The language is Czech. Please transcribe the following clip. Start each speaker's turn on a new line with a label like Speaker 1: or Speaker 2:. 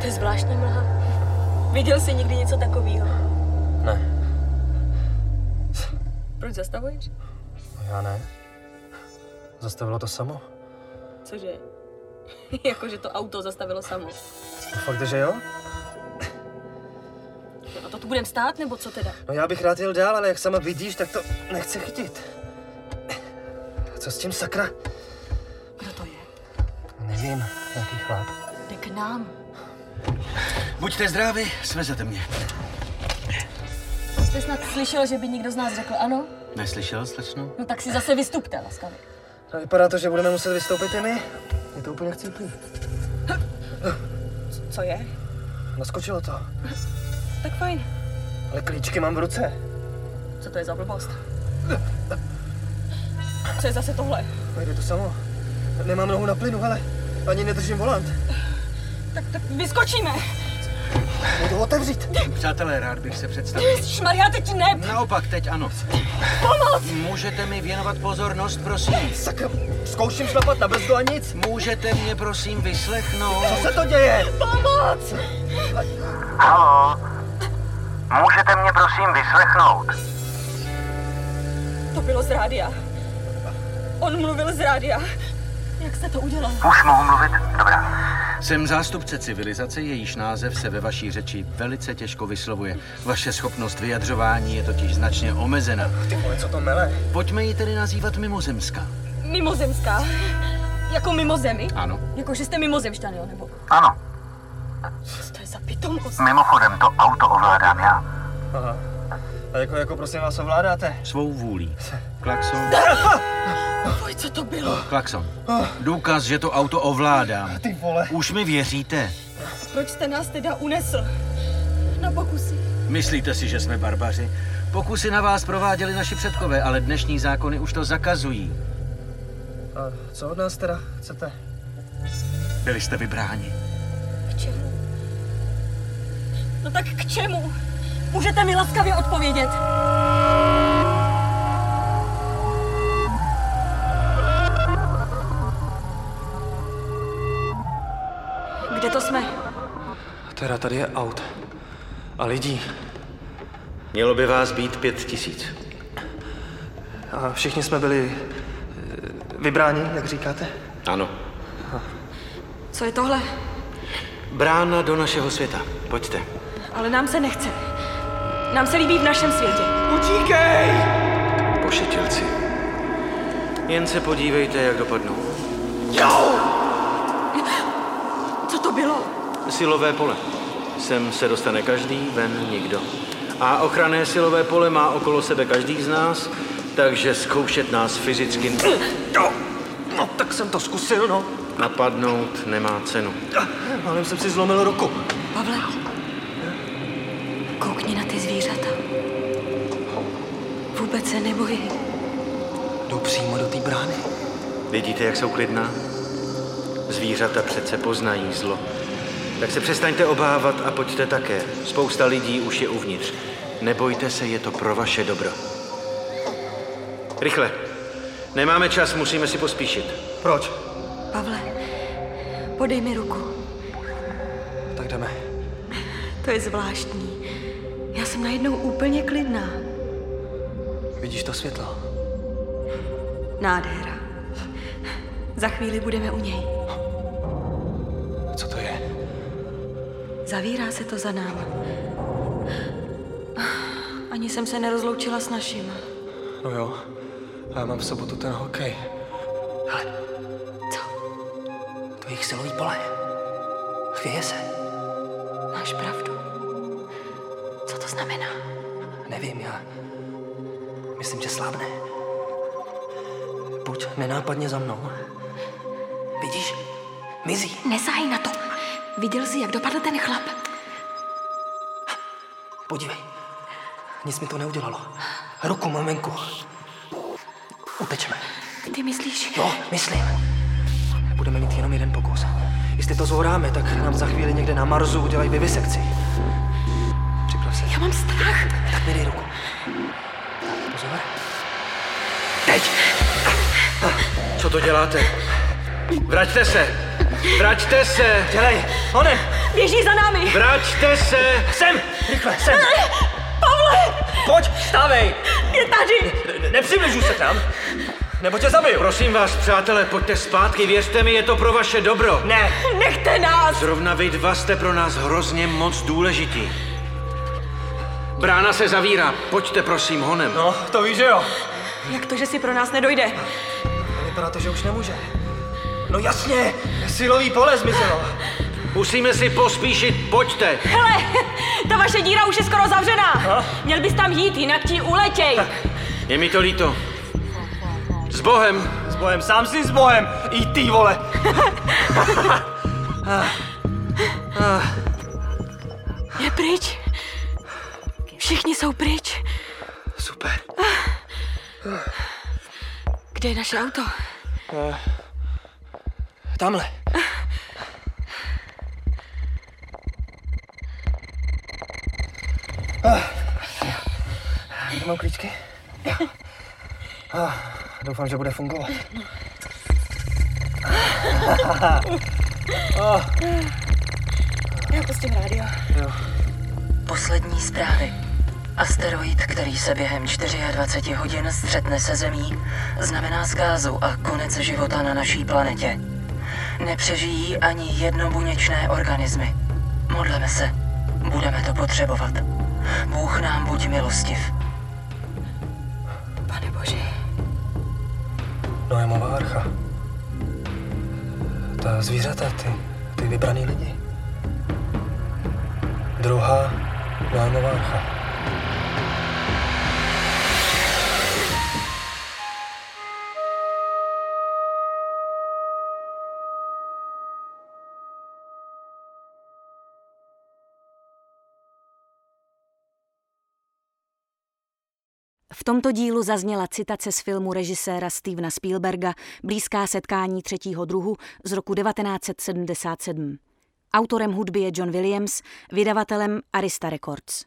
Speaker 1: To je zvláštní mlha. Viděl jsi někdy něco takového?
Speaker 2: Ne,
Speaker 1: Proč zastavuješ?
Speaker 2: no já ne. Zastavilo to samo?
Speaker 1: Cože? Jakože to auto zastavilo samo.
Speaker 2: No fakt, že jo?
Speaker 1: No a to tu budem stát, nebo co teda?
Speaker 2: No já bych rád jel dál, ale jak sama vidíš, tak to nechce chytit. Co s tím sakra?
Speaker 1: Kdo to je?
Speaker 2: Nevím, nějaký chlap.
Speaker 1: Jde k nám.
Speaker 3: Buďte zdraví, svezete mě.
Speaker 1: Jste snad slyšel, že by někdo z nás řekl ano?
Speaker 3: Neslyšel, slečno?
Speaker 1: No tak si zase vystupte, laskavě.
Speaker 2: No vypadá to, že budeme muset vystoupit i my. Je to úplně chcíplý.
Speaker 1: Co je?
Speaker 2: Naskočilo to.
Speaker 1: Tak fajn.
Speaker 2: Ale klíčky mám v ruce.
Speaker 1: Co to je za blbost? Co je zase tohle?
Speaker 2: No jde to samo. Nemám nohu na plynu, ale ani nedržím volant.
Speaker 1: Tak, tak vyskočíme!
Speaker 2: Jdu to otevřít.
Speaker 3: Přátelé, rád bych se představil.
Speaker 1: Ježišmarja, teď ne!
Speaker 3: Naopak, teď ano.
Speaker 1: Pomoc!
Speaker 3: Můžete mi věnovat pozornost, prosím?
Speaker 2: Sakra, zkouším šlapat na brzdu a nic.
Speaker 3: Můžete mě, prosím,
Speaker 2: Co
Speaker 3: vyslechnout?
Speaker 2: se to děje?
Speaker 1: Pomoc!
Speaker 4: Halo? Můžete mě prosím vyslechnout?
Speaker 1: To bylo z rádia. On mluvil z rádia. Jak jste to udělal?
Speaker 4: Už mohu mluvit? Dobrá.
Speaker 3: Jsem zástupce civilizace, jejíž název se ve vaší řeči velice těžko vyslovuje. Vaše schopnost vyjadřování je totiž značně omezena.
Speaker 2: Ty vole, co to mele?
Speaker 3: Pojďme ji tedy nazývat mimozemská.
Speaker 1: Mimozemská. Jako mimozemi?
Speaker 3: Ano.
Speaker 1: Jako, že jste mimozemšťan, jo? Nebo
Speaker 4: Ano,
Speaker 1: co to je za pitomost?
Speaker 4: mimochodem to auto ovládám já.
Speaker 2: Aha. A jako, jako prosím vás ovládáte?
Speaker 3: Svou vůlí. Klaxon.
Speaker 1: Fuj, co to bylo?
Speaker 3: Klaxon. Důkaz, že to auto ovládám.
Speaker 2: Ty vole.
Speaker 3: Už mi věříte?
Speaker 1: Proč jste nás teda unesl? No, Na pokusy.
Speaker 3: Myslíte si, že jsme barbaři? Pokusy na vás prováděli naši předkové, ale dnešní zákony už to zakazují.
Speaker 2: A co od nás teda chcete?
Speaker 3: Byli jste vybráni.
Speaker 1: K čemu? No tak k čemu? Můžete mi laskavě odpovědět? Kde to jsme?
Speaker 5: Teda tady je aut. A lidí.
Speaker 3: Mělo by vás být pět tisíc.
Speaker 5: A všichni jsme byli eh, vybráni, jak říkáte.
Speaker 3: Ano.
Speaker 1: Co je tohle?
Speaker 3: Brána do našeho světa. Pojďte.
Speaker 1: Ale nám se nechce. Nám se líbí v našem světě.
Speaker 3: Pošetilci. Jen se podívejte, jak dopadnou.
Speaker 1: Co to bylo?
Speaker 3: Silové pole. Sem se dostane každý, ven nikdo. A ochranné silové pole má okolo sebe každý z nás, takže zkoušet nás fyzicky
Speaker 2: No tak jsem to zkusil, no.
Speaker 3: napadnout nemá cenu.
Speaker 2: Ale jsem si zlomil ruku.
Speaker 1: Pavle, koukni na ty zvířata. Vůbec se nebojí.
Speaker 5: Jdu přímo do té brány.
Speaker 3: Vidíte, jak jsou klidná? Zvířata přece poznají zlo. Tak se přestaňte obávat a pojďte také. Spousta lidí už je uvnitř. Nebojte se, je to pro vaše dobro. Rychle. Nemáme čas, musíme si pospíšit.
Speaker 5: Proč?
Speaker 1: Pavle, podej mi ruku.
Speaker 5: Tak jdeme.
Speaker 1: To je zvláštní. Já jsem najednou úplně klidná.
Speaker 5: Vidíš to světlo?
Speaker 1: Nádhera. Za chvíli budeme u něj.
Speaker 5: Co to je?
Speaker 1: Zavírá se to za náma. Ani jsem se nerozloučila s naším.
Speaker 5: No jo. A já mám v sobotu ten hokej.
Speaker 1: Co?
Speaker 5: To je jejich silový pole. Chvěje se.
Speaker 1: Máš pravdu. Co to znamená?
Speaker 5: Nevím, já... Myslím, že slábne. Buď nenápadně za mnou. Vidíš? Mizí.
Speaker 1: Nesahej na to. Viděl jsi, jak dopadl ten chlap?
Speaker 5: Podívej. Nic mi to neudělalo. Ruku mám venku. Utečeme.
Speaker 1: Ty myslíš?
Speaker 5: Jo, myslím. Budeme mít jenom jeden pokus. Jestli to zvoráme, tak nám za chvíli někde na Marsu udělají vivisekci. Připrav se.
Speaker 1: Já mám strach.
Speaker 5: Tak mi dej ruku. Tak, pozor.
Speaker 3: Teď! Co to děláte? Vraťte se! Vraťte se!
Speaker 5: Dělej! Onem!
Speaker 1: Běží za námi!
Speaker 3: Vraťte se!
Speaker 5: Sem! Rychle, sem!
Speaker 1: Pavle!
Speaker 5: Pojď, stávej!
Speaker 1: Je tady!
Speaker 5: Ne- Nepřibližuj se k nám! Nebo tě zabiju!
Speaker 3: Prosím vás, přátelé, pojďte zpátky, věřte mi, je to pro vaše dobro.
Speaker 5: Ne!
Speaker 1: Nechte nás!
Speaker 3: Zrovna vy dva jste pro nás hrozně moc důležití. Brána se zavírá, pojďte prosím honem.
Speaker 5: No, to víš, že jo.
Speaker 1: Jak to, že si pro nás nedojde?
Speaker 5: Vypadá to, že už nemůže. No jasně, silový pole zmizelo.
Speaker 3: Musíme si pospíšit, pojďte.
Speaker 1: Hele, ta vaše díra už je skoro zavřená. Měl bys tam jít, jinak ti uletěj.
Speaker 3: Je mi to líto. S Bohem.
Speaker 5: S bohem, sám si s bohem, i ty vole.
Speaker 1: Je pryč. Všichni jsou pryč.
Speaker 5: Super.
Speaker 1: Kde je naše auto?
Speaker 5: Tamhle. Ah.
Speaker 2: Mám klíčky? Ah, doufám, že bude fungovat.
Speaker 1: Já prostě pustím rádio.
Speaker 6: Poslední zprávy. Asteroid, který se během 24 hodin střetne se Zemí, znamená zkázu a konec života na naší planetě. Nepřežijí ani jednobuněčné organismy. Modleme se. Budeme to potřebovat. Bůh nám buď milostiv. Pane Bože.
Speaker 5: No,
Speaker 2: Noémova archa. Ta zvířata, ty, ty vybraný lidi. Druhá Noémova archa.
Speaker 7: V tomto dílu zazněla citace z filmu režiséra Stevena Spielberga Blízká setkání třetího druhu z roku 1977. Autorem hudby je John Williams, vydavatelem Arista Records.